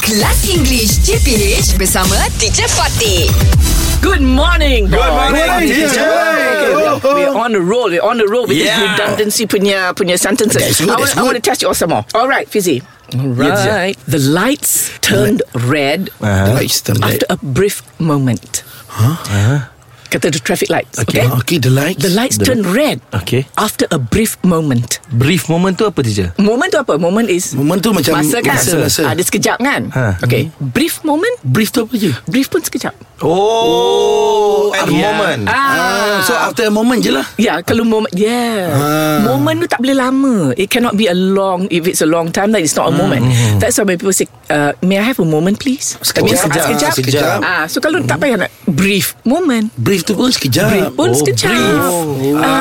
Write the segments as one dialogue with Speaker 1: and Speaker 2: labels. Speaker 1: Kelas English CPH bersama Teacher Fatih.
Speaker 2: Good morning. Good
Speaker 3: morning, teacher.
Speaker 2: Okay, we're, we're on the roll. We're on the roll with
Speaker 3: Yeah.
Speaker 2: this redundancy punya punya sentences.
Speaker 3: That's good,
Speaker 2: I,
Speaker 3: that's
Speaker 2: want, I
Speaker 3: good.
Speaker 2: want to test you all some more. All right, Fizzy. All
Speaker 3: Yeah,
Speaker 2: right. The lights turned red
Speaker 3: Uh-huh. Lights turned red.
Speaker 2: after a brief moment. Huh? Kata the traffic lights. Okay.
Speaker 3: Uh-huh. Okay. Ah, okay, the lights.
Speaker 2: The lights turned red
Speaker 4: Okay.
Speaker 2: after a brief moment.
Speaker 4: Brief moment tu apa teacher?
Speaker 2: Moment tu apa? Moment is
Speaker 3: Moment tu macam
Speaker 2: masa kan?
Speaker 3: masa, masa.
Speaker 2: Ada sekejap kan?
Speaker 4: Ha.
Speaker 2: Okay. Brief moment.
Speaker 3: Brief tu apa je?
Speaker 2: Brief pun sekejap.
Speaker 4: Oh, at
Speaker 3: yeah.
Speaker 4: moment.
Speaker 3: Ah. So after a moment je lah.
Speaker 2: Ya, yeah, kalau moment yeah.
Speaker 3: Ah.
Speaker 4: Ha.
Speaker 2: Moment tu tak boleh lama. It cannot be a long if it's a long time then it's not a
Speaker 4: Hmm.
Speaker 2: moment. That's why when people say uh, may I have a moment please? That means
Speaker 3: Sekejap,
Speaker 2: sekejap.
Speaker 3: sekejap.
Speaker 2: Ah, so kalau
Speaker 4: Hmm.
Speaker 2: tak payah nak brief moment.
Speaker 3: Brief tu pun sekejap. Oh,
Speaker 2: Brief pun sekejap.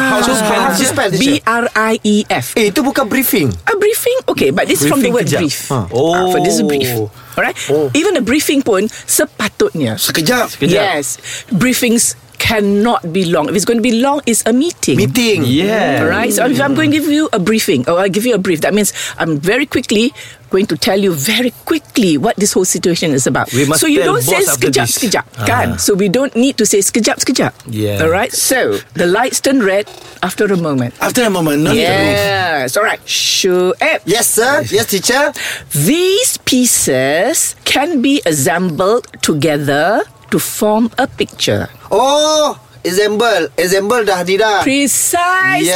Speaker 4: how to spell,
Speaker 2: Ah,
Speaker 4: how to spell,
Speaker 2: B R I E F.
Speaker 4: Eh, itu bukan briefing.
Speaker 2: A briefing, okay, but this is from the word
Speaker 4: Briefing kejap.
Speaker 2: brief.
Speaker 4: Ah.
Speaker 2: Ah, for this is brief.
Speaker 4: Oh.
Speaker 2: Alright? Even a briefing pun sepatutnya.
Speaker 3: Sekejap.
Speaker 4: Sekejap.
Speaker 2: Yes, briefings cannot be long. If it's going to be long, it's a meeting.
Speaker 3: Meeting.
Speaker 4: Yeah.
Speaker 2: All right. So if I'm going to give you a briefing, or I give you a brief, that means I'm very quickly going to tell you very quickly what this whole situation is about.
Speaker 4: We must
Speaker 2: so you
Speaker 4: tell
Speaker 2: don't say
Speaker 4: boss after
Speaker 2: skejap
Speaker 4: this.
Speaker 2: skejap, can? So we don't need to say skejap skejap.
Speaker 4: Ah. Yeah.
Speaker 2: All right. So the lights turn red after a moment.
Speaker 3: After a moment. No need to move.
Speaker 2: Yes. All right. Sure. Eh,
Speaker 5: Yes, sir. Yes, teacher.
Speaker 2: These pieces can be assembled together to form a picture.
Speaker 5: Oh, example. Example dah tidak.
Speaker 2: Precisely.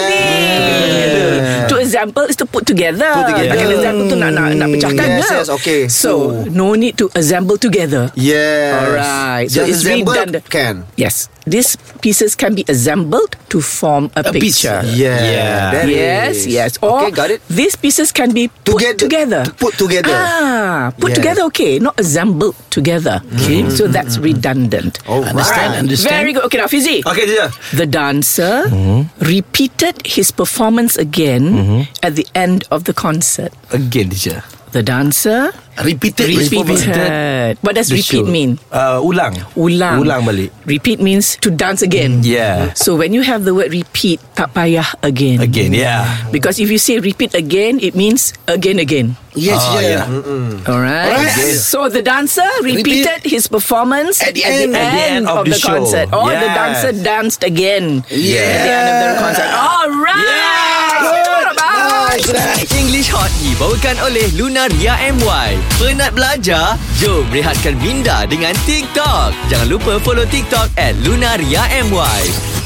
Speaker 5: Yeah.
Speaker 2: To example is to put together.
Speaker 5: Put together. Hmm.
Speaker 2: Takkan example tu nak nak nak pecahkan
Speaker 5: Yes,
Speaker 2: ke?
Speaker 5: yes, okay.
Speaker 2: So, no need to assemble together.
Speaker 5: Yes.
Speaker 2: Alright. So
Speaker 5: Just
Speaker 2: it's
Speaker 5: example
Speaker 2: redundant.
Speaker 5: can.
Speaker 2: Yes. These pieces can be assembled to form a,
Speaker 3: A piece.
Speaker 2: picture.
Speaker 5: Yeah.
Speaker 4: Yeah.
Speaker 5: that
Speaker 2: Yes,
Speaker 5: is.
Speaker 2: yes. Oh. Or
Speaker 5: okay, got it.
Speaker 2: these pieces can be put together.
Speaker 5: Together. Put together.
Speaker 2: Ah, put
Speaker 5: Yes. Hmm.
Speaker 2: together, okay. Not assembled together. Okay. So that's redundant.
Speaker 5: Oh,
Speaker 3: Understand,
Speaker 5: right.
Speaker 3: understand.
Speaker 2: Very good. Okay, now Fizi.
Speaker 4: Okay, teacher.
Speaker 2: The dancer repeated his performance again
Speaker 4: Mm-hmm.
Speaker 2: at the end of the concert.
Speaker 4: Again, teacher.
Speaker 2: The dancer
Speaker 3: Repeated.
Speaker 2: repeated. What does
Speaker 4: The
Speaker 2: repeat
Speaker 4: show.
Speaker 2: mean?
Speaker 4: Uh, ulang.
Speaker 2: Ulang.
Speaker 4: Ulang balik. Mm-hmm.
Speaker 2: Repeat means to dance again.
Speaker 4: Yeah.
Speaker 2: So when you have the word repeat, tak payah again.
Speaker 4: Again, yeah.
Speaker 2: Because if you say repeat again, it means again again.
Speaker 3: Yes,
Speaker 4: Ah,
Speaker 3: yeah.
Speaker 2: All right.
Speaker 3: Alright.
Speaker 2: So the dancer repeated his performance
Speaker 3: At the end.
Speaker 4: At the end of
Speaker 2: the,
Speaker 4: the show.
Speaker 2: concert. Or the
Speaker 4: Yes.
Speaker 2: dancer danced again at the end of the concert. All right. What about-
Speaker 6: English Hot dibawakan oleh Lunaria MY. Penat belajar? Jom rehatkan minda dengan TikTok. Jangan lupa follow TikTok at Lunaria MY.